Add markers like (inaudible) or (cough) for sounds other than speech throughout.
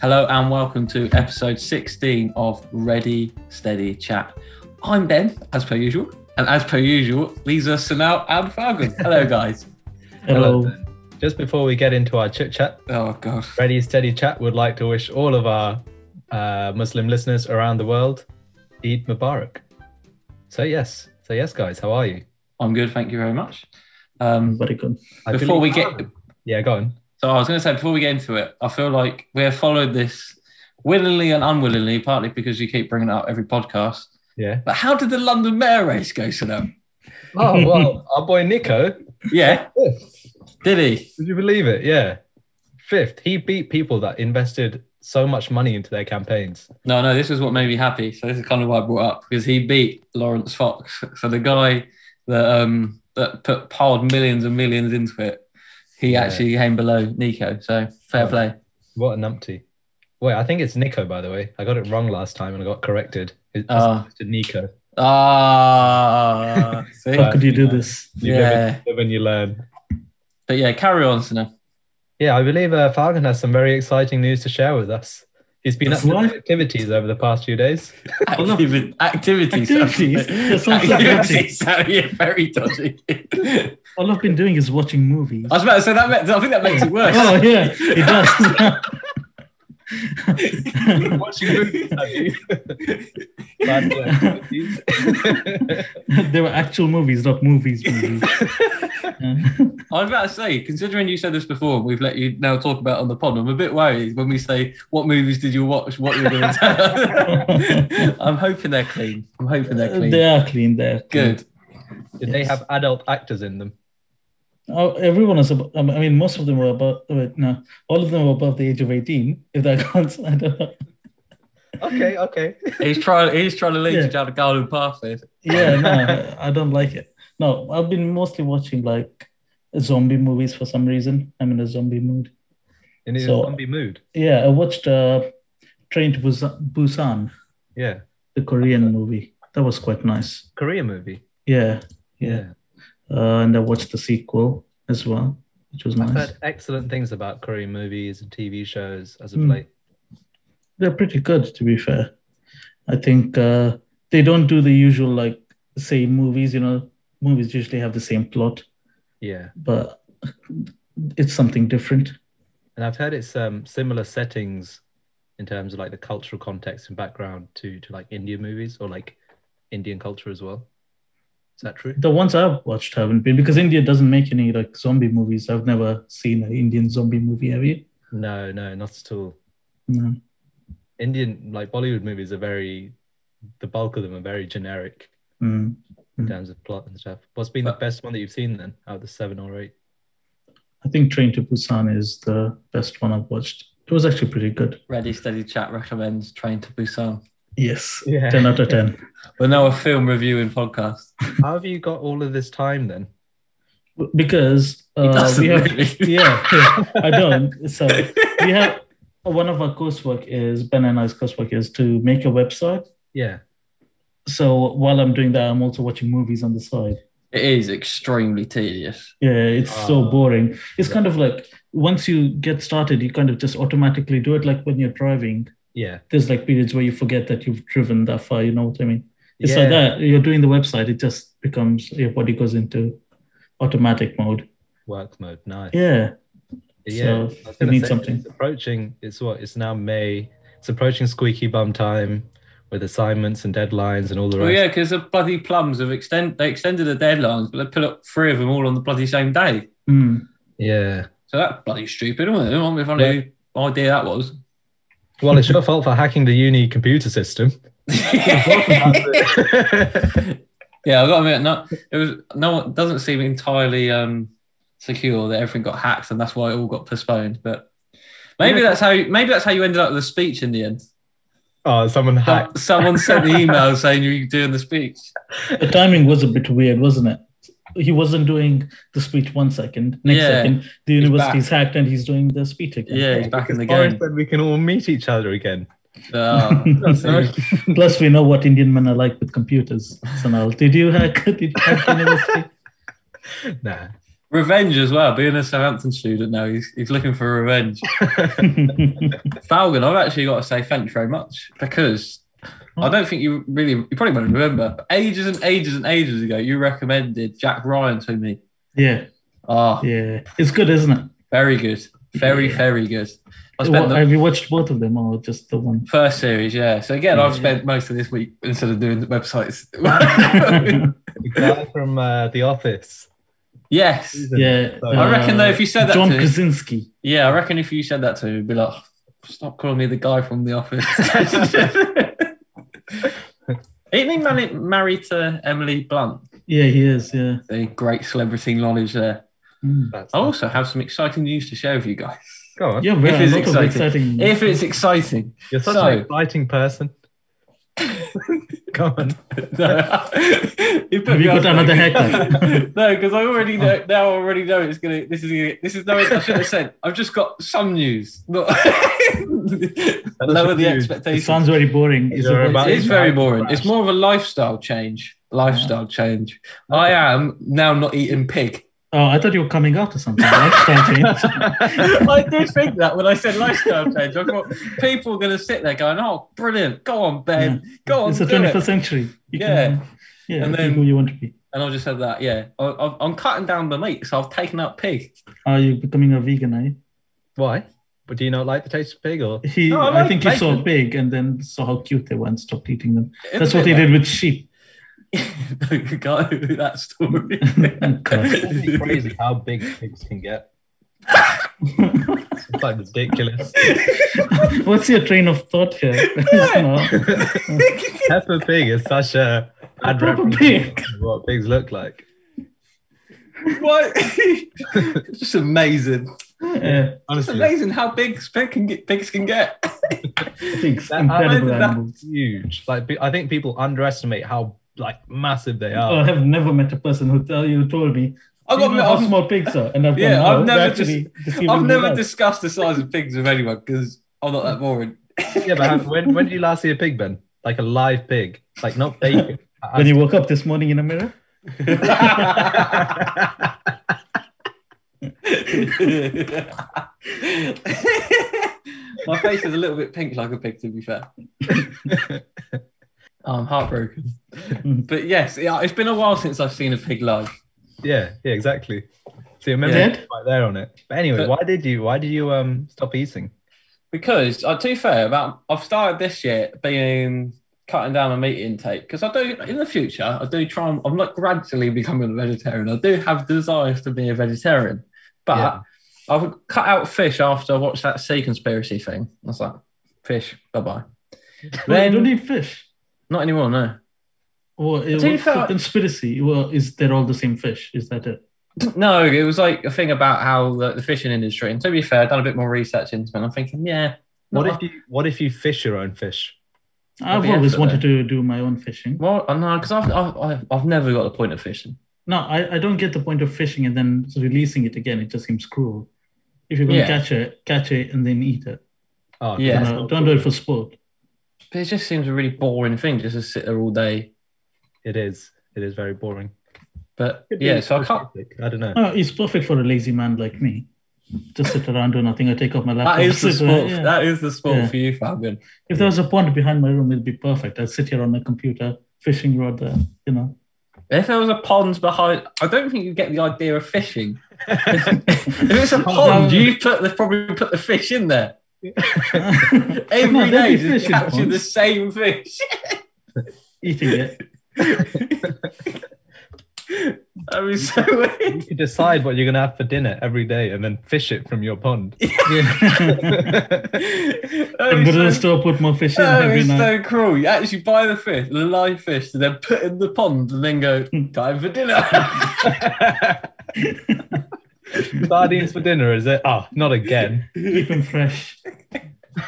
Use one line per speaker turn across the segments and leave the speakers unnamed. Hello and welcome to episode 16 of Ready Steady Chat. I'm Ben, as per usual, and as per usual, Lisa, Sanal, and Falcon. Hello, guys.
Hello.
Just before we get into our chit chat,
Oh god,
Ready Steady Chat would like to wish all of our uh, Muslim listeners around the world Eid Mubarak. So yes, so yes, guys, how are you?
I'm good. Thank you very much. Um,
Very good.
I
before we
believe-
get,
yeah, go on.
so I was going to say before we get into it, I feel like we have followed this willingly and unwillingly, partly because you keep bringing it up every podcast.
Yeah.
But how did the London Mayor race go, Sanal?
Oh (laughs) well, our boy Nico.
Yeah,
Fifth.
did he?
Would you believe it? Yeah, fifth. He beat people that invested so much money into their campaigns.
No, no, this is what made me happy. So this is kind of why I brought up because he beat Lawrence Fox. (laughs) So the guy that um that put piled millions and millions into it, he
Yeah.
actually came below Nico. So fair
Oh.
Yeah.
(laughs)
play.
What a numpty. Wait, I think it's Nico, by the way. I got it wrong last time and I got corrected. It's
Ah.
it's Nico.
(laughs)
Ah, see?
How could you do this?
You live and-
Yeah.
live and you learn.
but yeah, carry on, Sina.
Yeah, I believe uh, Falcon has some very exciting news to share with us. He's been up
That's
to
right.
activities over the past few
(laughs)
days.
Well, no.
Activi- activities.
Activities?
sorry.
That sounds like
activities. (laughs) Sorry, yeah, very dodgy. (laughs) I
All I've been doing is watching movies.
was about to say that. Meant, I think that makes it worse.
Oh yeah, it does. (laughs)
Watching movies, have you? Bad boy activities.
they were actual movies, not movies. movies.
Mm-hmm. (laughs) I was about to say, considering you said this before, we've let you now talk about it on the pod. I'm a bit worried when we say what movies did you watch, what you're going to tell. (laughs) I'm hoping they're clean. I'm hoping they're clean.
they are clean. Uh, They're clean.
Good.
(laughs) Did they
Yes.
have adult actors in them?
Oh, everyone is. About, I mean, most of them were above. uh, Wait, no, all of them were above the age of eighteen. If that (laughs) counts, I don't know.
Okay, okay.
He's trying. He's trying to lead
Yeah.
you down a garden path. Here.
Yeah, no, I don't like it. No, I've been mostly watching like zombie movies for some reason. I'm in a zombie mood.
In a
So-
zombie mood.
Yeah, I watched uh, Train to Busan, Busan,
Yeah.
the Korean movie. That was quite nice.
Korean movie.
Yeah, yeah. Uh, and I watched the sequel as well, which was
I've
nice.
heard excellent things about Korean movies and TV shows as a
Hmm.
play.
They're pretty good, to be fair. I think uh, they don't do the usual like same movies. You know, movies usually have the same plot,
Yeah.
but it's something different.
And I've heard it's um, similar settings in terms of like the cultural context and background to to like Indian movies or like Indian culture as well. Is that true?
The ones I've watched haven't been because India doesn't make any like zombie movies. I've never seen an Indian zombie movie. Have you?
No, no, not at all.
No.
Indian like Bollywood movies are very the bulk of them are very generic
Mm.
in
Hmm.
terms of plot and stuff. What's been the
But-
best one that you've seen then out of the seven or eight?
I think Train to Busan is the best one I've watched. It was actually pretty good.
Ready, steady chat recommends Train to Busan.
Yes,
Yeah.
ten out of ten.
We're now a film reviewing podcast. (laughs)
How have you got all of this time then? (laughs)
Because uh,
doesn't
we have
really.
yeah, I don't.
(laughs)
So we have one of our coursework is Ben and I's coursework is to make a website.
Yeah.
So while I'm doing that, I'm also watching movies on the side.
It is extremely tedious.
Yeah, it's
Ah.
so boring. It's
Yeah.
kind of like once you get started, you kind of just automatically do it. Like when you're driving,
Yeah.
there's like periods where you forget that you've driven that far. You know what I mean? It's
yeah.
like that. You're doing the website, it just becomes your body goes into automatic mode.
Work mode. Nice.
Yeah.
Yeah,
So,
I was
you
gonna
need
say,
something.
It's approaching. It's what. It's now May. It's approaching squeaky bum time with assignments and deadlines and all the
Well,
rest.
yeah, because the bloody plums have extend. They extended the deadlines, but they put up three of them all on the bloody same day.
Mm.
Yeah.
So that's bloody stupid, wasn't it? I mean, if I knew what idea that (laughs) was.
Well, it's your fault for hacking the uni computer system.
yeah, I got to admit, no, it was no one doesn't seem entirely um, secure that everything got hacked, and that's why it all got postponed. But maybe
Yeah.
that's how maybe that's how you ended up with a speech in the end.
(laughs) oh, someone hacked.
Someone sent the email (laughs) saying you were doing the speech.
The timing was a bit weird, wasn't it? He wasn't doing the speech one second. Next
Yeah.
second, the
He's
university's hacked and he's doing the speech again.
Yeah, he's back in the
Boris
game.
said we can all meet each other again.
Oh, (laughs)
Sorry.
(laughs) Plus, we know what Indian men are (laughs) like with computers. Sanal, did you hack? Did you hack university?
nah.
Revenge as well. Being a Southampton student now, he's, he's looking for revenge. Falcon, I've actually got to say thank you very much because I don't think you really, you probably won't remember, but ages and ages and ages ago, you recommended Jack Ryan to me.
(laughs) yeah,
Ah,
yeah. It's good, isn't it?
very good. Very,
Yeah.
very good. I
What-
spent the
Have you watched both of them or just
(laughs)
the one?
first series, yeah. So again, I've
Yeah.
spent most of this week instead of doing the (laughs) websites.
The guy from uh, The Office.
yes.
yeah, uh,
I reckon though, if you said that
John
to
Krasinski.
Yeah, I reckon if you said that to me, it'd be like, stop calling me the guy from the office. (laughs) Ain't he mani- married to Emily Blunt?
Yeah, he is. Yeah.
The great celebrity knowledge there.
Mm.
That's
I also have some exciting news to share with you guys.
Go on.
Yeah,
If
very
it's
lot of
exciting. (laughs)
exciting.
If it's exciting.
You're such
So-
an exciting person. (laughs) Go on.
(laughs) No. (laughs) You put
Have
me
you
off
got another
there. (laughs)
haircut?
no, because I already know
Oh.
now. I already know it's gonna. This is gonna, this is no. I should have said. I've just got some news. Not (laughs) lower the
news.
it
expectations.
sounds very boring. Is
You're
it-
about-
It is
It's
very
like
boring.
crash.
It's more of a lifestyle change. Lifestyle change. I am now not eating pig.
Oh, I thought you were coming out or something. Lifestyle change.
I did think that when I said lifestyle change. I thought people are going to sit there going, "Oh, brilliant! Go on, Ben. (laughs) Go on,
It's the
do it."
21st century. You
Yeah.
Can, uh, yeah.
And
And
then-
who you want to be?
And I just said that. Yeah, I, I've- I'm cutting down the meat, so I've taken out pig.
Are you becoming a vegan? Are you?
Why? But do you not like the taste of pig or?
He,
No, I
I,
like
think he saw
bacon.
pig and then saw how cute they were and stopped eating them.
Isn't
That's what
it,
he did with
(laughs)
sheep.
though? no, you can't do that (laughs) story. (laughs)
It's
God.
crazy how big pigs can get. It's like ridiculous.
What's your train of thought
(laughs)
here? (laughs) No.
Pepper pig is such a bad
Peppa
representation of what pigs look like.
what? It's (laughs) just amazing.
Yeah,
It's
Honestly,
amazing how big pig can get. Pigs can get.
pigs,
That- I
incredible
read that-
animals.
huge. Like pe- I think people underestimate how like massive they
Oh, I
are.
have never met a person who tell you told me
I've
Do you
got.
know
I've,
how small pigs are, and
(laughs)
I've
Yeah,
gone, "Oh,
I've
"No,
never
actually, this
I've
even
never
without."
discussed the size of pigs with anyone because I'm not that
(laughs)
boring.
yeah, but how, when when did you last see a pig, Ben? Like a live pig, like
(laughs)
not bacon.
when you woke up this morning in a mirror. (laughs)
(laughs) My face is a little bit pink like a pig, to be fair. I'm heartbroken. But yes, yeah, it's been a while since I've seen a pig live.
yeah, yeah, exactly. So your memory
Yeah.
is right there on it. But anyway,
But-
why did you why did you um stop eating?
Because, uh, to be fair, about I've started this year being cutting down my meat intake because I do in the future I do try and I'm not gradually becoming a vegetarian. I do have desires to be a vegetarian, but
Yeah.
I would cut out fish after I watched that sea conspiracy thing. I was like, fish, bye bye.
Well, you
Then-
don't eat fish.
Not anymore, no.
Or it
you
was
feel-
a conspiracy. Well, is they're all the same fish? Is that it?
No, it was like a thing about how the, the fishing industry. And to be fair, I've done a bit more research into it. And I'm thinking, yeah,
What
no,
if you what if you fish your own fish?
I've
the
always
effort
wanted to do my own fishing.
well, I know because uh, I've, I've I've- I've never got the point of fishing.
No, I, I don't get the point of fishing and then releasing it again. It just seems cruel. If you're going
Yeah.
to catch it, catch it and then eat it.
Oh,
Yeah.
that's
No,
not
don't do
cool.
it for sport.
But it just seems a really boring thing just to sit there all day.
It is. It is very boring.
But yeah, so I can't.
I don't know.
No, it's perfect for a lazy man like me. Just sit around do nothing. I take off my laptop.
That is the
sit around,
sport.
yeah.
That is the sport
Yeah.
for you, Fabian.
If there was a pond behind my room, it'd be perfect. I'd sit here on my computer, fishing rod there, you know. (laughs)
If there was a pond behind, I don't think you get the idea of (laughs) fishing.
(laughs)
if it's a pond, you put the probably put the fish in there (laughs) every
No, there'd
day,
be
just
fish in
catching the
ponds.
same fish.
Eating
(laughs)
it.
I mean, so (laughs) weird.
You decide what you're gonna have for dinner every day and then fish it from your pond.
Yeah.
That'd
I'm
be
going to the
so-
store, put more fish in
Oh,
every
it's
night.
so cruel. You actually buy the fish, the live fish, and then put it in the pond and then go, time for
(laughs)
dinner.
(laughs)
(laughs)
Sardines for dinner, is it? Oh, not again.
Keep them fresh.
That's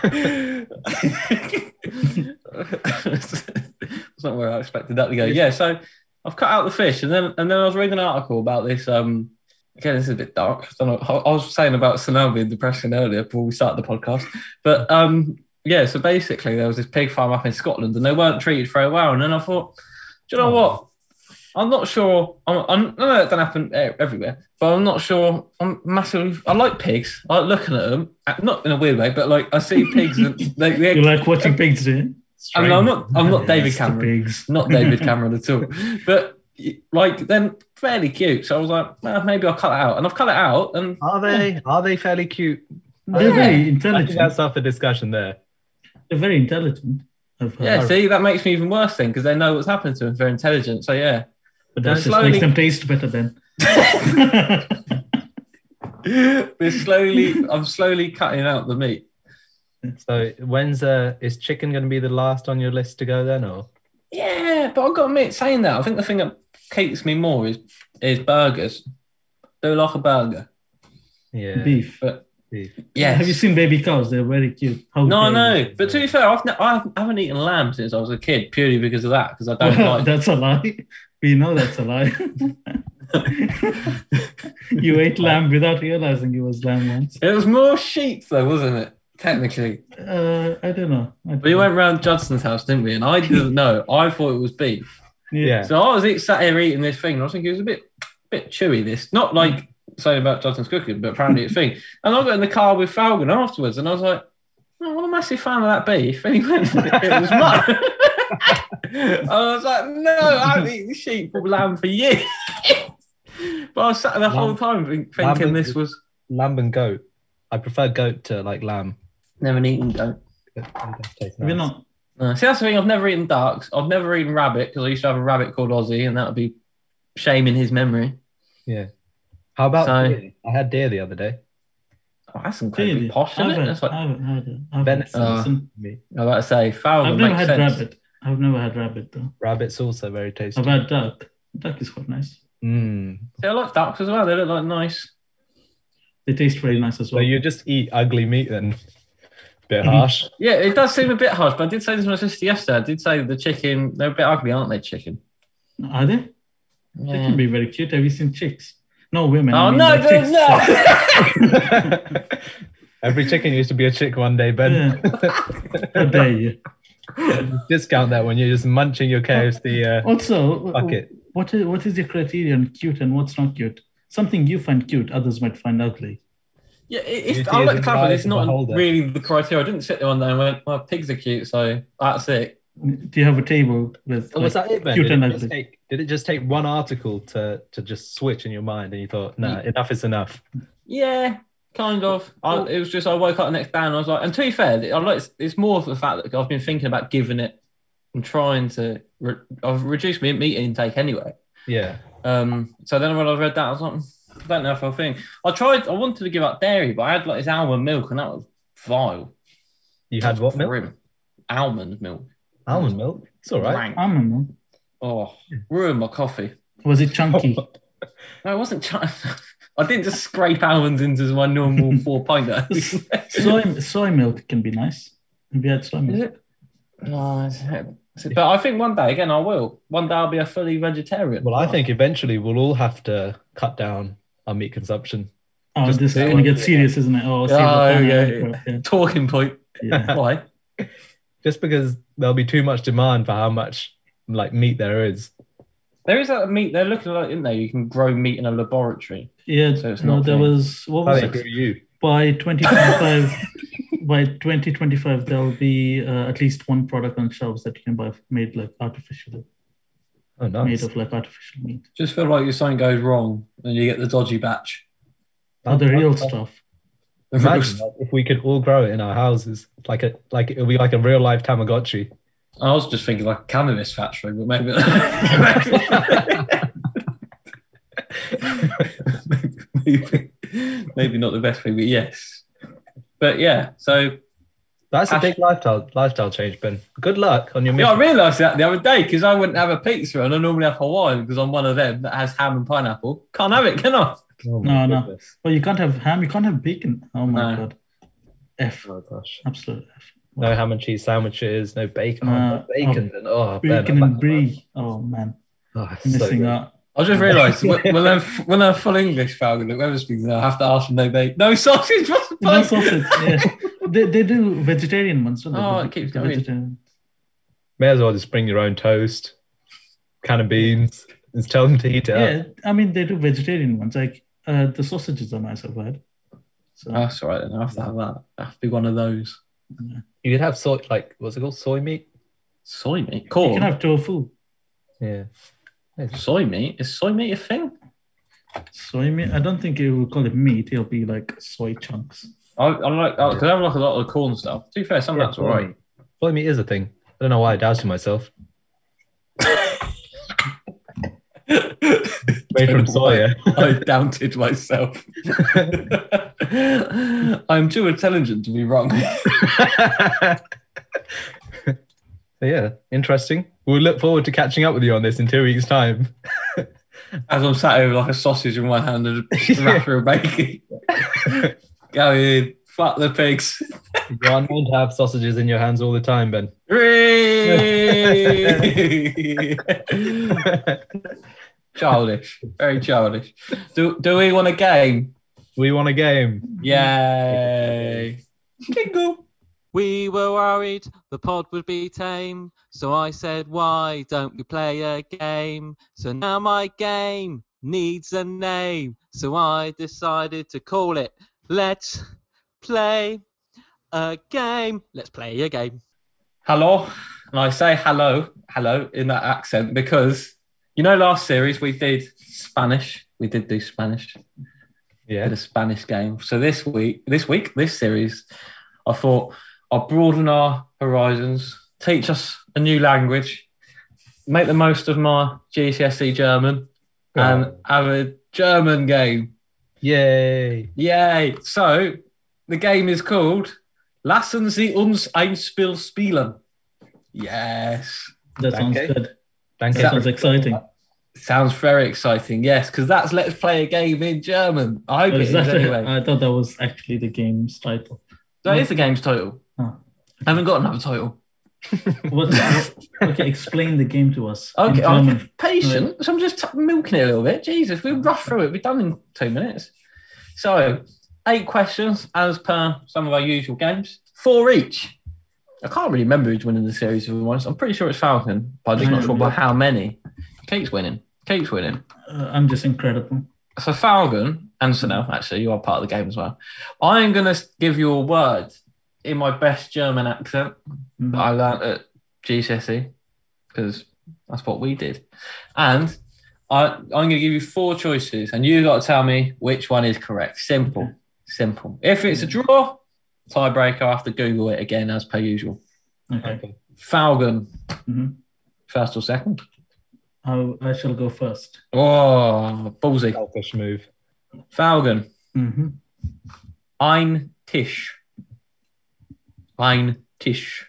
not where I expected that to go. Yeah, so I've cut out the fish and then and then I was reading an article about this. Um again, this is a bit dark. I don't know. I, I was saying about tsunami and depression earlier before we started the podcast. But um yeah, so basically there was this pig farm up in Scotland and they weren't treated very well. And then I thought, do you know
Oh.
what? I'm not sure. I'm, I'm, I know that doesn't happen e- everywhere, but I'm not sure. I'm massively. I like pigs. I like looking at them, uh, not in a weird way, but like I see pigs. and they, they,
(laughs) You like watching pigs, do
I mean, I'm not. I'm not David
It's the
Cameron.
Pigs.
Not
(laughs)
David Cameron at all. But like they're fairly cute. So I was like, "Ah, maybe I'll cut it out, and I've cut it out, and
Are they? Are they fairly cute?
They're
Yeah.
very
I think
intelligent.
that's up for discussion there.
They're very intelligent. I've heard.
yeah. See, that makes me even worse then because they know what's happened to them. They're intelligent. So
(laughs)
yeah.
but that just
slowly-
makes them taste better
(laughs)
then. (laughs)
We're slowly. I'm slowly cutting out the meat.
So when's uh is chicken going to be the last on your list to go then, or
Yeah, but I've got to admit, saying that, I think the thing that cakes me more is is burgers. Do like a burger.
yeah?
Beef.
But
beef.
yeah,
Have you seen baby cows? They're very cute. How
no, I
dare you.
know. But to be fair, I've, ne- I haven't eaten lamb since I was a kid purely because of that. Because I
(laughs)
don't like.
that's a lie. We know that's a
(laughs)
lie. you ate lamb without realizing it was lamb once.
It was more sheep though, wasn't it? Technically,
Uh, I don't know. I don't
we
Mm.
know.
went round Judson's house, didn't we? And I
(laughs)
didn't know. I thought it was beef.
Yeah.
So I was eat, sat here eating this thing, and I was thinking it was a bit, bit chewy. This,
Mm.
not like saying about Judson's cooking, but apparently it's
(laughs)
thing. And I got in the car with Falcon afterwards, and I was like, oh, "What a massive fan of that beef!" And he went, "It was
(laughs)
mine." (laughs) And I was like, "No, I haven't eaten sheep or lamb for years." (laughs) but I was sat there the whole
Lamb-
time think-
lamb
thinking
is-
this was
Lamb and goat. I prefer goat to like lamb.
never eaten goat.
It does taste
We're
nice.
not.
No. See, that's the thing. I've never eaten ducks. I've never eaten rabbit because I used to have a rabbit called Ozzy, and that would be shaming his memory.
How about
So-
deer? I had deer the other day.
Oh, that's incredibly
Really?
posh,
I
isn't it?
haven't,
That's like,
I
I
haven't had it. I haven't.
Venison.
Uh,
Listen,
Me.
was about to say, fowl
I've
would
never
make
had
sense.
rabbit. I've never had rabbit though.
Rabbit's also very tasty.
I've had duck. Duck is quite nice.
Mm.
See, I like ducks as well. They look like nice.
They taste very nice as
So
well.
you just eat ugly meat then. Bit harsh. (laughs)
Yeah, it does seem a bit harsh, but I did say this to my sister yesterday. I did say the chicken, they're a bit ugly, aren't they, chicken?
Are they? They
Yeah.
can be very cute. Have you seen chicks? No women. I
Oh,
mean,
no,
they're
no,
chicks. (laughs)
Every chicken used to be a chick one day, Ben.
(laughs)
How dare you?
Discount that when you're just munching your KFC.
Oh,
Uh,
Also,
Fuck it.
what is what is your criteria on cute and what's not cute? Something you find cute, others might find ugly.
Yeah, it, it's,
Beauty
I
is
like
in
to
the
clarify,
eye
it's
of the
not
beholder.
really the criteria. I didn't sit there one day and went, well, pigs are cute, so that's it.
Do you have a table with?
oh, was
like-
that it, Ben?
cute
Did
and
it,
ugly.
just take, did it just take one article to to just switch in your mind, and you thought, "Nah, enough is enough."
Yeah, kind of. I, it was just I woke up the next day and I was like, and to be fair, I like it's, it's more of the fact that I've been thinking about giving it and trying to. Re- I've reduced my meat intake anyway.
Yeah,
Um, so then when I read that, I was like, "Mm, I don't know if I think I tried. I wanted to give up dairy, but I had like this almond milk, and that was vile.
you had what milk?
Grim. Almond milk.
Almond milk. It's all right.
Rank.
I don't know.
Oh, ruined my coffee.
Was
(laughs)
it chunky?
No, it wasn't. Ch- (laughs) I didn't just scrape almonds into my normal
(laughs)
four pinter.
soy soy milk can be nice. Have you had soy
Is
milk?
it? No, it's- it's- but I think one day again I will. One day I'll be a fully vegetarian.
(laughs) Well, I think eventually we'll all have to cut down our meat consumption.
Oh,
Just
this is
say
going to
it.
get serious, isn't it? Oh, save the
Oh,
final
yeah.
outro. yeah.
(laughs) talking point.
yeah.
Why?
Just because there'll be too much demand for how much like meat there is.
There is that meat. They're looking like, isn't there? You can grow meat in a laboratory.
Yeah,
So it's
no,
not
there
clean.
was what
How
was
agree
it?
with you?
By 2025, (laughs) by 2025, there'll be uh, at least one product on shelves that you can buy made like artificially,
Oh,
made
nice.
of like artificial meat.
Just feel like if something goes wrong and you get the dodgy batch.
Oh, the real stuff.
The real
Imagine
stuff.
like, if we could all grow it in our houses, like a like it would be like a real life Tamagotchi.
(laughs) I was just thinking like a cannabis factory, but maybe. (laughs) maybe, maybe not the best thing, but yes. But yeah, so
That's a
Ash-
big lifestyle lifestyle change, Ben. Good luck on your
Yeah, I
mission.
realised that the other day because I wouldn't have a pizza and I normally have Hawaiian because I'm one of them that has ham and pineapple. Can't have it, can I?
Oh,
No,
my
no.
goodness.
Oh, you can't have ham. You can't have bacon. Oh my
No.
god. F.
Oh gosh.
Absolute F.
No ham and cheese sandwiches, no bacon.
Uh,
Oh, no bacon. then. Oh, Ben,
Bacon
I'm
and
back to work.
brie. Oh man,
Oh, it's so
missing
good.
out.
I just
(laughs)
realised when, when I'm when I'm full English Falcon at Weatherspoons, I have to ask them no bake, no sausage. (laughs) What's the
No
point?
sausage. Yeah. they, they do vegetarian ones. Don't they?
Oh,
The-
it keeps
the
going.
vegetarian-
May as well just bring your own toast, can of beans. Just tell them to heat it
Yeah,
up.
I mean they do vegetarian ones. Like uh, the sausages are nice. I've had. So
That's all right. Then I have to have that. I have to be one of those.
You could have soy, like what's it called, soy meat?
Soy meat,
you
corn,
can have tofu.
Yeah.
soy meat. Is soy meat a thing?
Soy meat. I don't think it will call it meat. It'll be like soy chunks.
I, I like because I have like a lot of the corn stuff. To be fair, some of
Yeah,
Oh, that's
soy
all right.
(laughs)
meat. Soy meat is a thing. I don't know why I doubted myself. Made from soy.
(laughs) I doubted myself. (laughs) I'm too intelligent to be wrong.
yeah. (laughs) so yeah, interesting. We'll look forward to catching up with you on this in two weeks' time.
As I'm sat here with like a sausage in one hand and a wrapper of bacon, (laughs) going fuck the pigs.
You aren't meant to have sausages in your hands all the time, Ben. (laughs)
Hooray! childish, very childish. Do do we want a game?
we won a game.
Yay! Jingle.
We were worried the pod would be tame, so I said, Why don't we play a game? So now my game needs a name, so I decided to call it Let's Play a Game. Let's play a game.
hello. And I say hello, hello in that accent because you know, last series we did Spanish. We did do Spanish, did
Yeah.
a Spanish game. So this week, this week, this series, I thought I'll broaden our horizons, teach us a new language, make the most of my GCSE E German, and have a German game.
Yay.
Yay! So the game is called Lassen Sie uns ein Spiel spielen. Yes.
That sounds
Okay.
good.
Thank
That
Yeah.
sounds exciting.
Sounds very exciting, yes, because that's let's play a game in German. I hope it Uh, is
Exactly.
anyway.
I thought that was actually the game's title.
That is the game's title.
Oh.
I haven't got another title.
What, okay, explain the game to us. in
Okay,
German.
I'm patient. So I'm just t- milking it a little bit. Jesus, we'll rush through it. We're done in two minutes. So, eight questions as per some of our usual games, four each. I can't really remember who's winning the series of ones. I'm pretty sure it's Falcon, but I'm just not sure about how many. Kate's winning. Kate's winning.
Uh, I'm just incredible.
So Falcon and Sunil, actually, you are part of the game as well. I am going to give you a word in my best German accent that I learnt at GCSE because E, that's what we did. And I, I'm going to give you four choices, and you got to tell me which one is correct. Simple,
Okay.
simple. If it's a draw, tiebreaker. I have to Google it again as per usual.
Okay.
Falcon,
Mhm.
first or second?
I, I shall go 1st
Oh, ballsy.
Selfish move.
Falcon,
Mm-hmm.
ein Tisch. Ein Tisch.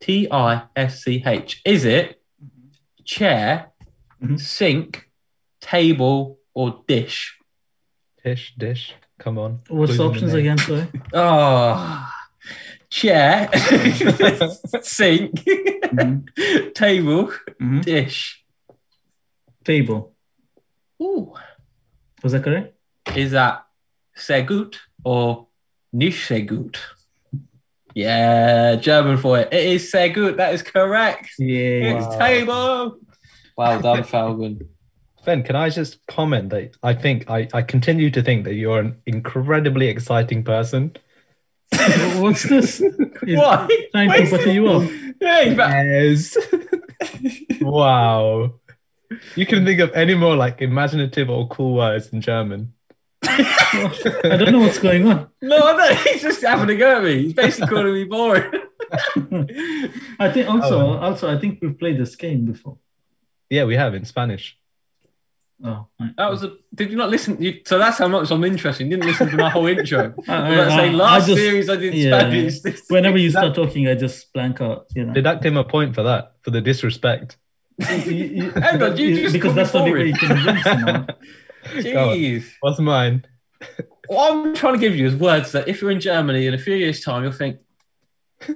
T I S C H. Is it chair,
Mhm.
sink, table, or dish?
Tish, dish. Come on. Clues
What's the
in
options
name.
again? (laughs) Sorry.
Oh, chair, sink,
Mhm.
table,
Mhm.
dish.
Table.
Ooh,
Was that correct?
is that sehr gut or nicht sehr gut? Yeah, German for it. It is sehr gut. That is correct.
Yeah.
It's table. Well done, (laughs) Falcon.
Ben, can I just comment that I think I, I continue to think that you're an incredibly exciting person.
(laughs) What's this? Is-
Why?
Trying
Why
to
is
butter
this-
you up.
Hey, but-
Yes. wow. You can think of any more like imaginative or cool words in German.
I don't know what's going on.
No, no, he's just having a go at me. He's basically calling me boring.
I think also,
Oh.
also, I think we've played this game before.
Yeah, we have in Spanish.
Oh, right.
That was a. Did you not listen? You, so that's how much I'm interested. You didn't listen to my whole intro.
I- I-
I'm about to say
I- I
last
just-
series I did
yeah.
Spanish. This-
Whenever
(laughs)
you start talking, I just blank out. You know,
Deduct him a point for that, for the disrespect.
(laughs) Hang on, you just
because
called me
that's the only way you can
(laughs)
win somehow.
Go on.
Jeez.
What's mine?
What I'm trying to give you is words that if you're in Germany in a few years' time, you'll think,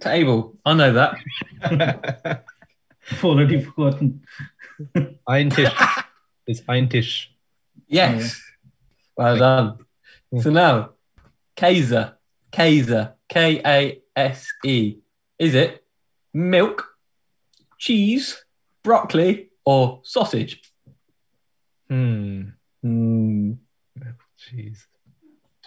table. I know that.
I've already forgotten.
Ein Tisch. It's ein Tisch.
Yes. Mm. Well done. So now, Kaiser. Kaiser. K A S E. Is it milk, cheese, broccoli, or sausage?
Hmm.
Hmm.
Jeez.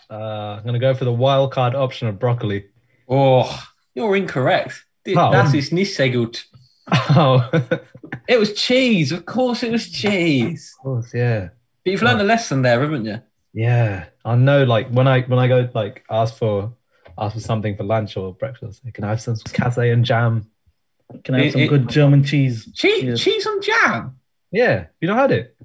Uh, I'm gonna go for the wild card option of broccoli. (laughs)
Oh, you're incorrect. Th-
Oh.
That is Nissegut.
Oh, of
It was cheese. Of course, it was cheese.
course, yeah,
But you've learned a lesson there, haven't you?
yeah. I know. Like when I when I go like ask for ask for something for lunch or breakfast, can I have some cassé and jam?
Can I have
It-
some
it-
good German cheese?
Cheese,
Yes.
cheese on jam.
Yeah, you not had it.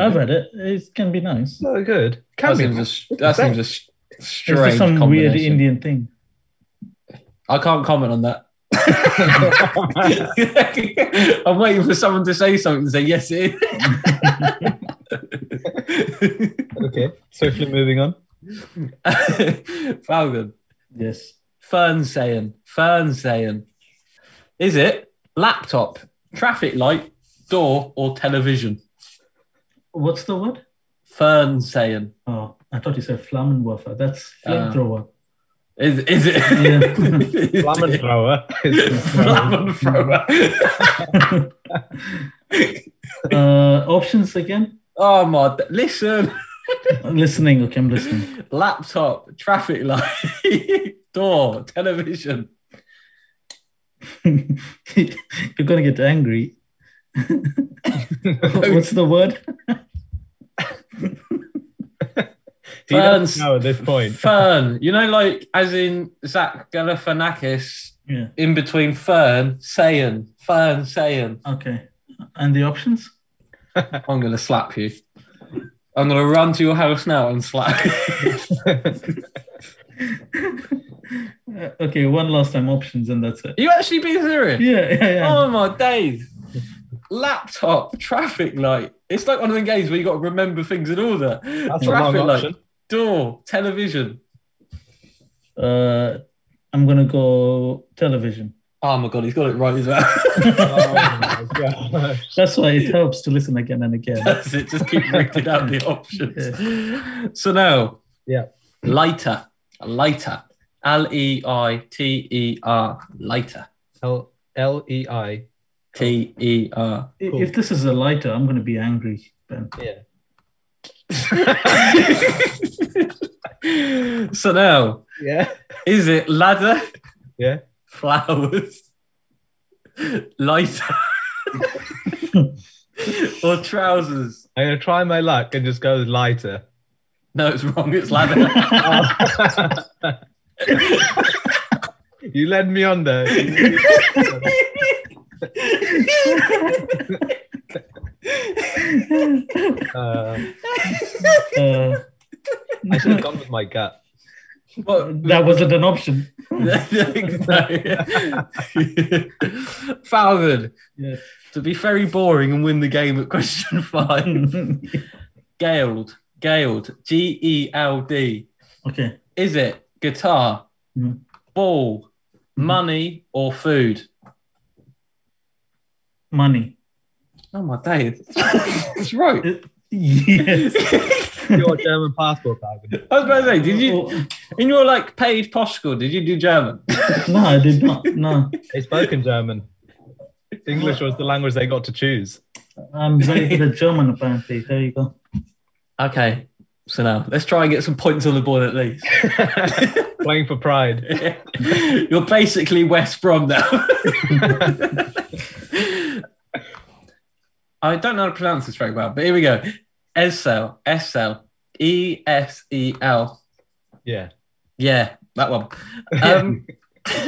I've had it. It can be nice.
So good.
That
Can be.
seems a, s- that
It's
seems a s-
It's
strange
just some weird
combination.
Indian thing.
I can't comment on that.
(laughs)
(laughs) I'm waiting for someone to say something and say yes, it is. (laughs)
Okay. Swiftly moving on.
Falcon,
Yes.
Fern saying, Fern saying, is it laptop, traffic light, door, or television?
What's the word?
Fern saying,
Oh, I thought you said Flammenwerfer. That's
Ah.
flamethrower.
is, is it?
Yeah.
(laughs) Is it- Flammenthrower.
uh, options again?
oh my! d- Listen.
I'm listening. Okay, I'm listening.
laptop, traffic light, (laughs) door, television.
(laughs) You're gonna get
(laughs)
angry. (laughs) What's the word?
(laughs) He doesn't
Ferns.
know at this (laughs) point.
Fern, you know, like as in Zach Galifianakis
Yeah.
in between Fern saying, Fern saying,
Okay. And the options?
I'm gonna slap you. I'm gonna run to your house now and slap. you." (laughs)
Uh, okay, one last time options, and that's it.
you actually being serious?
Yeah, yeah, yeah.
Oh my days! Laptop, traffic light. It's like one of the games where you got to remember things in order.
That's a long
traffic light,
option.
door, television.
Oh.
Uh, I'm gonna go television.
Oh my god, he's got it right as well. (laughs)
Oh my gosh.
That's why it helps to listen again
(laughs)
and again.
That's it. Just keep reading out the options. So now,
Yeah.
lighter, lighter, L E I T E R, lighter,
L L E I.
T E R. (laughs)
I-
Cool.
If this is a lighter, I'm gonna be angry.
(laughs)
Ben.
Yeah.
So now,
Yeah.
is it ladder,
Yeah.
flowers,
(laughs)
lighter, or trousers?
I'm gonna try my luck and just go with lighter. (laughs)
No, it's wrong. It's ladder.
Uh, you led me on there. Uh,
Uh,
I should have gone with my gut.
What-
(laughs) that wasn't an option.
(laughs) Falvin,
(laughs) Yes.
to be very boring and win the game at question (laughs) five. Gailed, Gailed, G E L D.
okay.
Is it guitar, Mm.
Mhm.
ball, money, or food?
Money.
Oh my day, it's (laughs) right.
(laughs) Yes.
Your German passport bag.
I was about to say, did you in your like paid posh school? Did you do German?
No, I did not. No,
They spoke in German. English was the language they got to choose. (laughs)
I'm very good at German. Apparently, there you go.
okay, so now let's try and get some points on the board at least.
Playing for pride.
(laughs)
(laughs)
You're basically West Brom now. (laughs) I don't know how to pronounce this very well, but here we go. Esel, Esel, E S E L.
Yeah.
Yeah, that one. Um,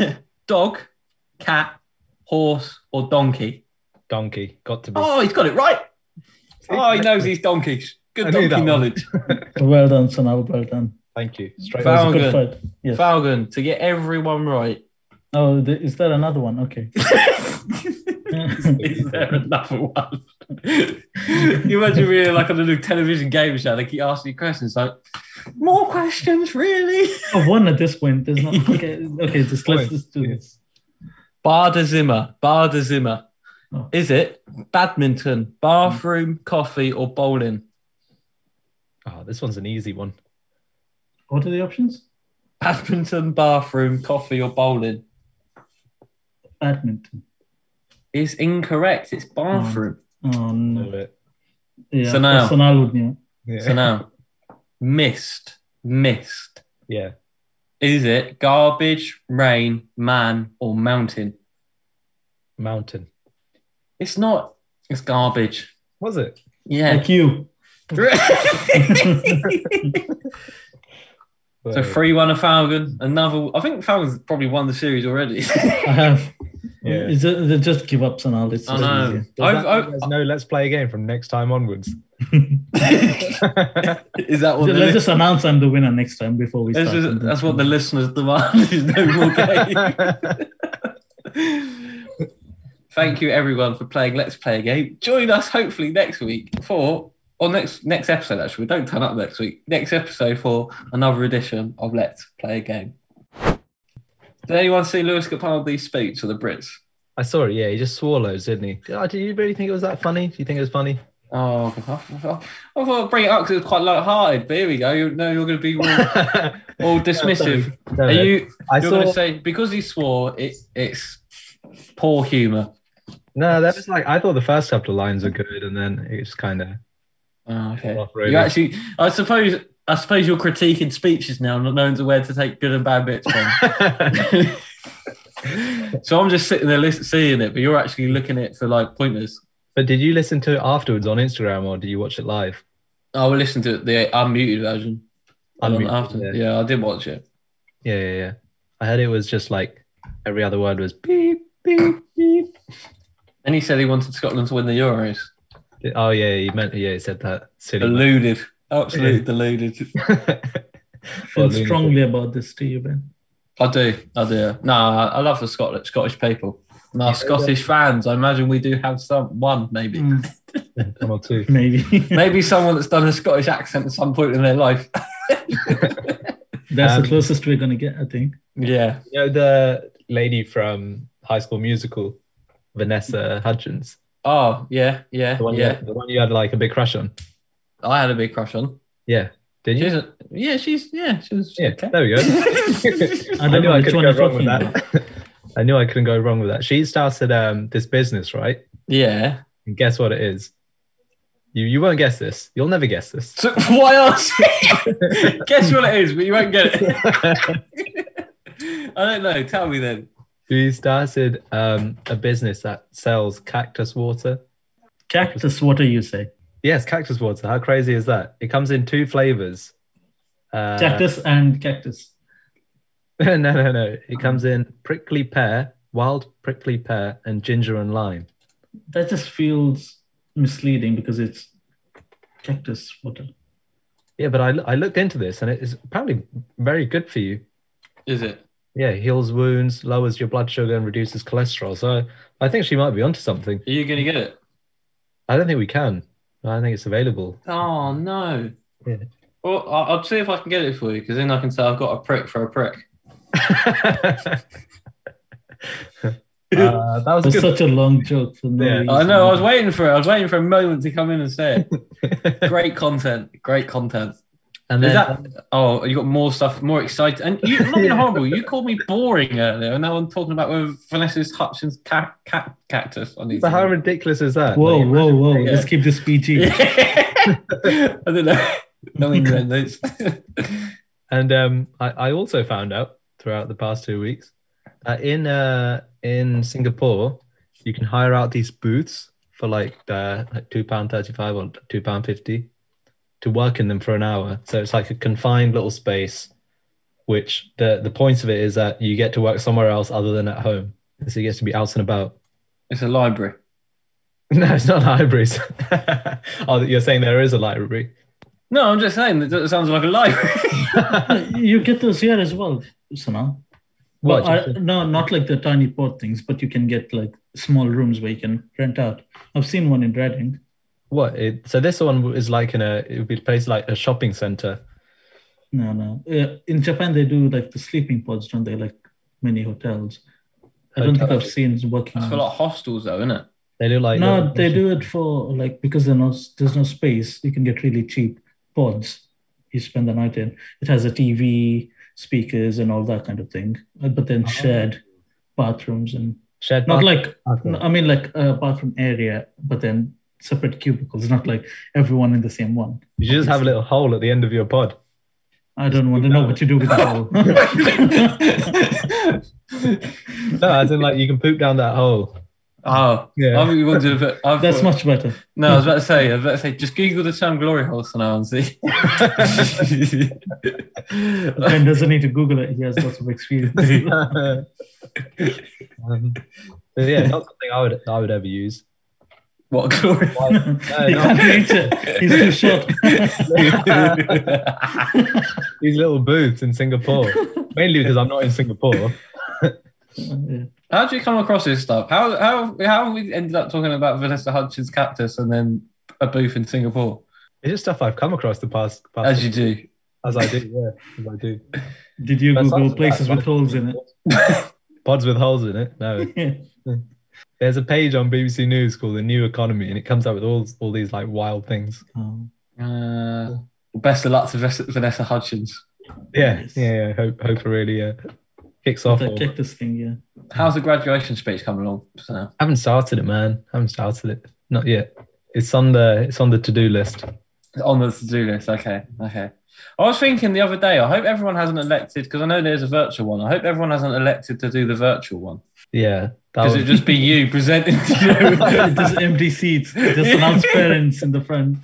(laughs) dog, cat, horse, or donkey?
(laughs) Donkey. Got to be.
Oh, he's got it right. Oh, he knows these donkeys.
I
Good
knew that
donkey
one.
knowledge.
Well done, Sonal. Well done.
Thank you. Straight
That
Val-
was a good
Valgan.
fight. Yes.
Falcon, to get everyone
(laughs)
right.
Oh, th- is that another one? Okay. (laughs)
Is there another one? you imagine really like on a new television game show, they keep asking you questions like, more questions, really?
I've won at this point.
(laughs)
There's not. Okay. Okay. Just let's just do this.
Bader Zimmer, Bader Zimmer.
Oh.
Is it badminton, bathroom, coffee, or bowling?
Oh, this one's an easy one.
What are the options?
Badminton, bathroom, coffee, or bowling
Badminton.
is incorrect. It's bathroom.
Oh
Mm.
Knew
no.
it.
Yeah,
Sanaa.
Sanaa would know.
Yeah.
So now, mist, mist.
yeah.
Is it garbage, rain, man, or mountain?
Mountain.
It's not. It's garbage.
Was it?
Yeah.
Like you. Mm-hmm.
so
Wait,
three one a Falcon. Another. I think Falcon's probably won the series
(laughs)
already.
I have.
Yeah.
Is it, they just give up Sanaa. It's
I
just
know.
easier.
Does
Mm.
that
I've- I've-
mean there's no let's play again from next
(laughs)
time onwards.
Is that what? The
Let's
li-
just announce I'm the winner next time before we
that's,
start.
just, that's what the listeners demand. (laughs) Is no more game. Thank you everyone for playing Let's Play a Game. Join us hopefully next week for or next next episode actually. We don't turn up next week. Next episode for another edition of Let's Play a Game. Did anyone see Lewis Capaldi's speech to the Brits?
(laughs) I saw it. Yeah, he just swallows, didn't he? Oh, do you really think it was that funny? Do you think it
(laughs)
was funny?
Oh, I thought I thought I'd Oh, bring it up because it was quite light-hearted, but here we go. You know you're going to be all, all dismissive.
(laughs) No,
Are you?
I
You're
saw.
going to say because he swore it, it's poor humour.
No, that was like I thought the first couple of lines were good, and then it just kind of.
(laughs) Oh, okay.
Off
You
radio.
actually, I suppose, I suppose you're critiquing speeches now, not knowing where to take good and bad bits
(laughs)
from. so I'm just sitting there listen, seeing it, but you're actually looking at it for like pointers.
but did you listen to it afterwards on Instagram, or did you watch it live?
I will listen to the unmuted version. I don't
Unmuted,
after. Yeah.
yeah.
I did watch it.
Yeah, yeah, yeah. I heard it was just like every other word was beep beep beep.
And he said he wanted Scotland to win the Euros.
Oh yeah, he meant yeah, he said that silly.
Deluded, absolutely deluded.
(laughs)
I feel strongly about this to you, Ben.
(laughs) I do, I do. No, I I love the Scottish Scottish people. And our Scottish fans, I imagine we do have some one maybe.
Mm,
One or two.
maybe.
Maybe someone that's done a Scottish accent at some point in their life. (laughs)
(laughs) that's
Um,
the closest we're going to get, I think.
yeah.
You know the lady from High School Musical, Vanessa Hudgens,
Oh, yeah, yeah,
the one, you
yeah.
had, the one you had like a big crush on.
I had a big crush on.
Yeah, did you?
She's a, yeah, she's yeah, she was
Yeah,
okay.
there we
(laughs)
go. (laughs)
I
I
don't
knew
know
I
which
couldn't
one
go
you're
wrong with
talking about.
that. (laughs) I knew I couldn't go wrong with that. She started um, this business, right?
(laughs) yeah.
And guess what it is? You you won't guess this. You'll never guess this.
(laughs)
So why else? Guess what it (laughs) is, but you (laughs) won't get it. I don't know. Tell me then.
She started um, a business that sells cactus water.
Cactus water, you say?
Yes, cactus water. How crazy is that? It comes in two flavors. Uh,
Cactus and cactus.
(laughs) no, no, no. It comes in prickly pear, wild prickly pear, and ginger and lime.
That just feels misleading because it's cactus water.
Yeah, but I, I looked into this and it is apparently very good for you.
Is it?
Yeah, heals wounds, lowers your blood sugar, and reduces cholesterol. So I think she might be onto something.
Are you gonna get it?
I don't think we can. I don't think it's available. (laughs)
Oh no.
Yeah.
Well, I- I'll see if I can get it for you because then I can say I've got a prick for a prick.
uh, that was
It was
good.
such a long joke for no
Yeah.
reason.
I know. Oh, I was waiting for it. I was waiting for a moment to come in and say it. Great content. Great content.
and
Is
then,
that? Oh, you got more stuff, more exciting. And you, I'm not being horrible. You called me boring earlier, and now I'm talking about whether Vanessa's Hutchins cat, cat cactus. I need.
so
to-
how
(laughs)
ridiculous is that?
Whoa,
Like,
whoa, whoa.
yeah.
Let's keep this PG.
I don't know. No innuendos.
And um, I, I also found out throughout the past two weeks that in uh, in Singapore, you can hire out these booths for like uh, like two pound thirty five or two pound fifty to work in them for an hour. So it's like a confined little space, which the the point of it is that you get to work somewhere else other than at home. So you get to be out and about.
(laughs)
(laughs)
it's a library.
No, it's not libraries. (laughs) oh, you're saying there is a library.
No, I'm just saying that it sounds like a library. (laughs)
you get those here as well, Sanaa.
What?
Well, I, no, not like the tiny pod things, but you can get like small rooms where you can rent out. I've seen one in Reading.
What? It, so this one is like in a it would be placed like a shopping center.
No, no. Uh, in Japan, they do like the sleeping pods, don't they? Like many hotels. I don't think I've
Hotels.
seen working.
That's for like hostels, though, isn't it?
They do like
No, they do it for like because there's no there's no space. You can get really cheap pods. You spend the night in. It has a TV, speakers, and all that kind of thing. Uh, But then shared bathrooms and
shared
not
bath-
like
bathroom.
I mean like a bathroom area, but then separate cubicles, not like everyone in the same one.
You should just have a little hole at the end of your pod.
I don't want to know what you do with the hole.
No, as in like you can poop down that hole.
(laughs) Oh,
Yeah.
I think we wanted to put. I've
That's
thought-
much better.
No, I was about to say. I was about to say. Just Google the term glory hole for now and
(laughs)
see.
Ben doesn't need to Google it. He has lots of
(laughs)
experience.
(laughs) um, but yeah, not something I would I would ever use.
what glory?
(laughs) he
Like,
can't reach it. He's too
(laughs)
short.
these little booths in Singapore, mainly because I'm not in Singapore.
Yeah.
how do you come across this stuff? How how how have we ended up talking about Vanessa Hudgens cactus and then a booth in Singapore?
It's just stuff I've come across the past, past
As you do.
as I do, yeah, as I do.
Did you
But aside
Google
from
places
that,
with
(laughs)
holes in it?
Pods with holes in it. No,
Yeah.
there's a page on BBC News called the New Economy, and it comes up with all all these like wild things.
Um,
Uh, best of luck to Ves- Vanessa Hudgens.
Yeah,
Nice.
yeah, yeah. Hope hope it really uh, kicks off.
that
or-
cactus thing, yeah. (laughs)
How's the graduation speech coming along? So,
haven't started it, man. Haven't started it. Not yet. It's on the it's on the to do list.
on the to-do list. Okay, okay. I was thinking the other day. I hope everyone hasn't elected because I know there's a virtual one. I hope everyone hasn't elected to do the virtual one
Yeah, that
because
was
it'd just be you presenting
It (laughs)
to
Just empty seats. It Just announce parents in the front.
you.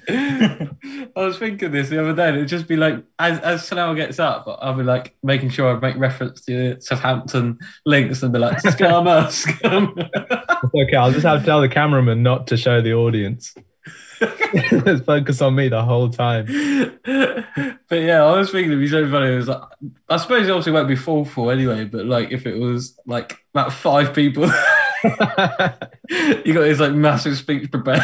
I was thinking this the other day. and It'd just be like as as Snell gets up, I'll be like making sure I make reference to the Southampton links and be like scammer, scammer.
it's (laughs) okay. I'll just have to tell the cameraman not to show the
(laughs)
audience. (laughs) Just focus on me the whole time. (laughs)
but yeah, I was thinking it'd be so funny. It was like, I suppose it obviously won't be full for anyway, but like if it was like about five people, (laughs) you got this like massive speech (laughs) prepared.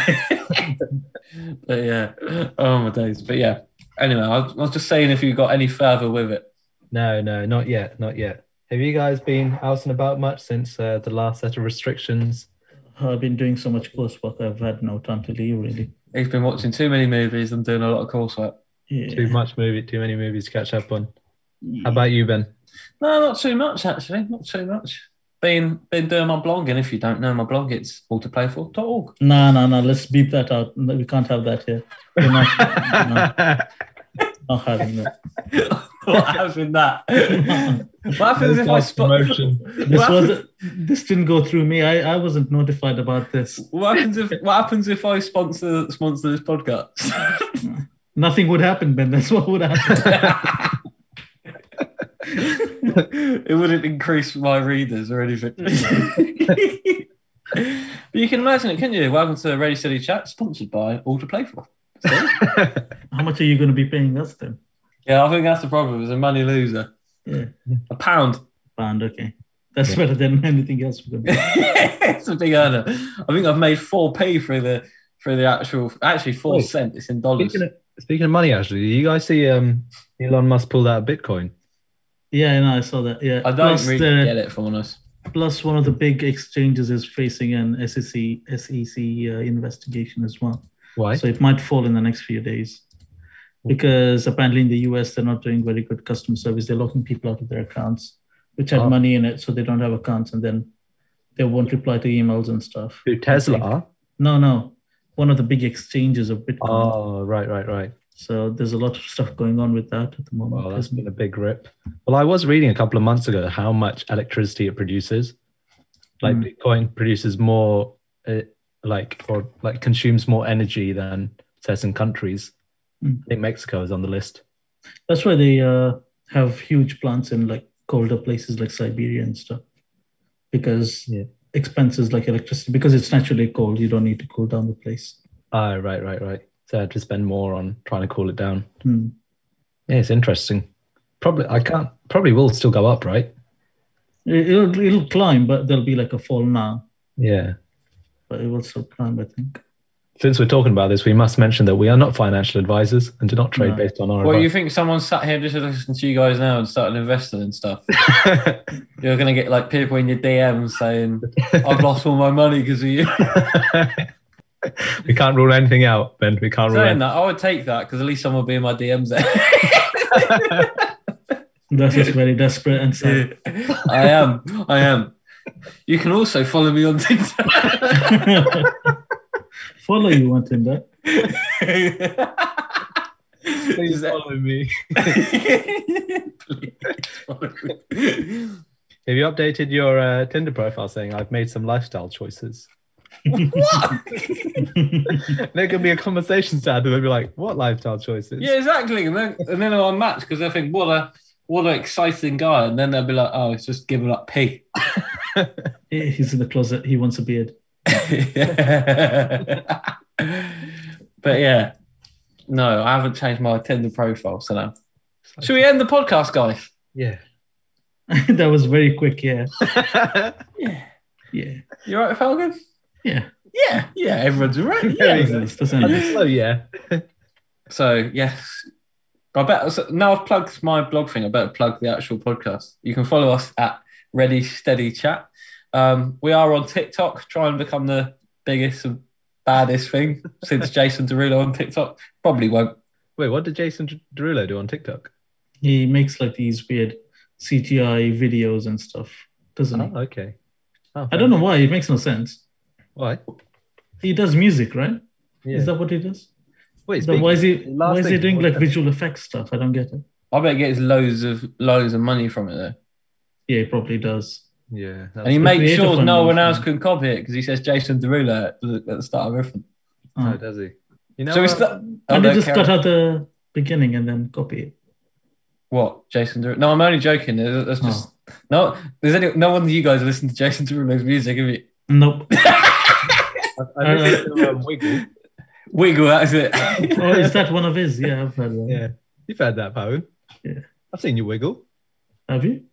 but yeah, oh my days. But yeah, anyway, I was, I was just saying if you got any further with it.
no, no, not yet, not yet. Have you guys been out and about much since uh, the last set of restrictions?
I've been doing so much coursework. I've had no time to leave, really.
He's been watching too many movies and doing a lot of coursework.
Too
Yeah.
much movie, too many movies to catch up on. How about you, Ben?
No, not too much actually. Not too much. Been been doing my blog, and if you don't know my blog, it's all to play for.org.
No, no, no. Let's beep that out. No, We can't have that here. We're not, no,
(laughs)
not having that.
(laughs)
(laughs)
what happened that? (laughs) What happens if I spot? (laughs)
Promotion.
This was this didn't go through me. I, I wasn't notified about this.
What happens if What happens if I sponsor sponsor this podcast?
Nothing would happen, Ben. That's what
(laughs)
would happen.
it wouldn't increase my readers or anything. (laughs) but you can imagine it, can you? Welcome to Radio City Chat, sponsored by All to Play For.
How much are you going to be paying us then?
Yeah, I think that's the problem. It's a money loser.
Yeah.
A pound. (laughs)
Pound, okay. That's better than anything else we're going to
it's a big earner. I think I've made four p through the through the actual actually four
Wait.
cent. It's in dollars.
Speaking of, speaking of money, actually, do you guys see um, Elon Musk pull out Bitcoin?
Yeah, I know. I saw that. Yeah.
I don't
plus,
really
the-
get it for us.
plus one of the big exchanges is facing an E SEC, SEC uh, investigation as well.
Why?
So it might fall in the next few days because apparently in the US they're not doing very good customer service. They're locking people out of their accounts, which had
Oh.
money in it, so they don't have accounts, and then they won't reply to emails and stuff.
Who, Tesla? are?
No, no, one of the big exchanges of Bitcoin.
Oh, right, right, right.
So there's a lot of stuff going on with that at the moment.
Well, that's been a big rip. Well, I was reading a couple of months ago how much electricity it produces. Like
Mm.
Bitcoin produces more, uh, like or like consumes more energy than certain countries.
Mm.
I think Mexico is on the list.
That's why they uh, have huge plants in like colder places like Siberia and stuff, because
Yeah.
expenses like electricity, because it's naturally cold, you don't need to cool down the place.
Oh, right, right, right. So I had to spend more on trying to cool it down.
Hmm.
Yeah, it's interesting. Probably I can't. Probably will still go up, right?
It- It'll it'll climb, but there'll be like a fall now,
Yeah.
but it will still climb, I think.
Since we're talking about this, we must mention that we are not financial advisors and do not trade
No.
based on our
Well, you
advice.
think someone sat here just listening to you guys now and started investing and (laughs) stuff? You're gonna get like people in your DM saying, "I've lost all my money because of you."
we can't rule anything out, Ben. We can't rule
Saying
anything
that, I would take that because at least someone will be in my DMs. There.
That's just very desperate and
(laughs)
sad.
(laughs) I am. (laughs) I am. You can also follow me on Tinder.
(laughs) follow you on Tinder.
Please
Is that-
follow me.
(laughs) Please follow me.
Have you updated your uh, Tinder profile saying I've made some lifestyle choices? There could be a conversation starter. They'll be like, "What lifestyle choices?"
yeah, exactly. And then and then I'll match because I think what a what an exciting guy. And then they'll be like, oh, it's just giving up (laughs) pee.
Eh, (laughs) He's in the closet. He wants a beard. (laughs)
but yeah, no, I haven't changed my Tinder profile. So now, should we end the podcast, guys?
Yeah. (laughs)
that was very quick. Yeah.
Yeah.
Yeah.
You all right, Falcon?
Yeah.
Yeah, yeah, everyone's
(laughs)
all right.
There
Yeah.
we go.
That's- that's
I
nice.
just love yeah.
So yes, I bet. So now I've plugged my blog thing. I better plug the actual podcast. You can follow us at Ready Steady Chat. Um, we are on TikTok. Try and become the biggest and baddest thing since Jason Derulo on TikTok. Probably won't.
Wait, what did Jason Dr- Derulo do on TikTok?
He makes like these weird CTI videos and stuff, doesn't he?
Oh, okay. Oh,
I don't know why. It makes no sense.
why.
He does music, right?
Yeah.
Is that what he does?
Wait,
Then
speaking-
why is he
last
why is he
thing-
doing like visual effects stuff? I don't get it.
I bet he gets loads of loads of money from it though.
Yeah, he probably does.
Yeah.
And he
that's-
the
makes
creator
sure
fund
no
is
one else
fine.
can copy it because he says Jason Derulo at the, at the start of everything.
Oh,
Oh.
does he? You know.
so we Oh,
uh, (laughs)
start. I
and
don't
they just
care.
cut out the beginning and then copy it.
What Jason Derulo? No, I'm only joking. That's that's
Oh.
just no. There's any no one of you guys listen to Jason Derulo's music, have you?
Oh, Nope.
(laughs) I, I listened to, um, Wiggle.
(laughs) Wiggle, that's it.
oh, is that one of his? Yeah, I've heard that.
Yeah. You've had that, Bowen.
Yeah.
I've seen you wiggle.
Have you?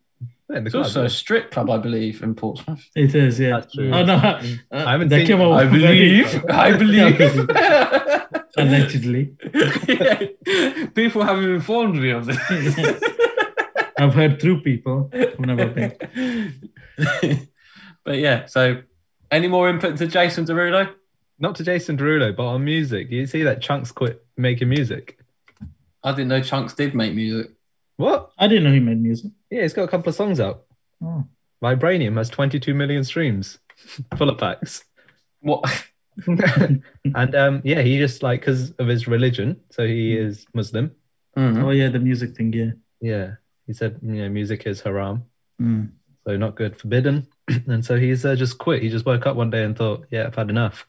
Yeah, in the
It's
club,
also
yeah.
a strip club, I believe, in Portsmouth.
It is, yeah.
That's true.
Oh no, uh,
I haven't
that
seen
came
it.
out
I (laughs) believe. I believe.
allegedly.
Yeah. (laughs) People haven't informed me of this. (laughs)
(laughs) I've heard through people. I've never been.
but yeah, so any more input to Jason Derulo?
Not to Jason Derulo, but on music. You see that Chunks quit making music.
I didn't know Chunks did make music.
What?
I didn't know he made music.
Yeah, he's got a couple of songs out.
Oh.
Vibranium has 22 million streams, (laughs) full of packs.
What?
(laughs) and um, yeah, he just like because of his religion, so he is Muslim.
Mhm.
Oh yeah, the music thing, yeah.
Yeah, he said you know music is haram,
Mm.
so not good, forbidden. (clears throat) and so he's uh, just quit. He just woke up one day and thought, yeah, I've had enough.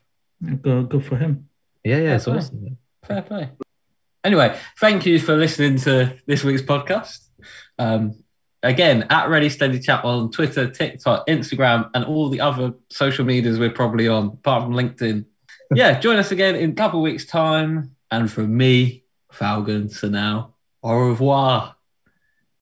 Go go for him.
Yeah, yeah, it's
Fair play.
awesome.
Fair play. Anyway, thank you for listening to this week's podcast. Um, again, at Ready Steady Chat on Twitter, TikTok, Instagram, and all the other social medias we're probably on, apart from LinkedIn. Yeah, join us again in a couple of weeks' time. And from me, Falcon, so now, au revoir.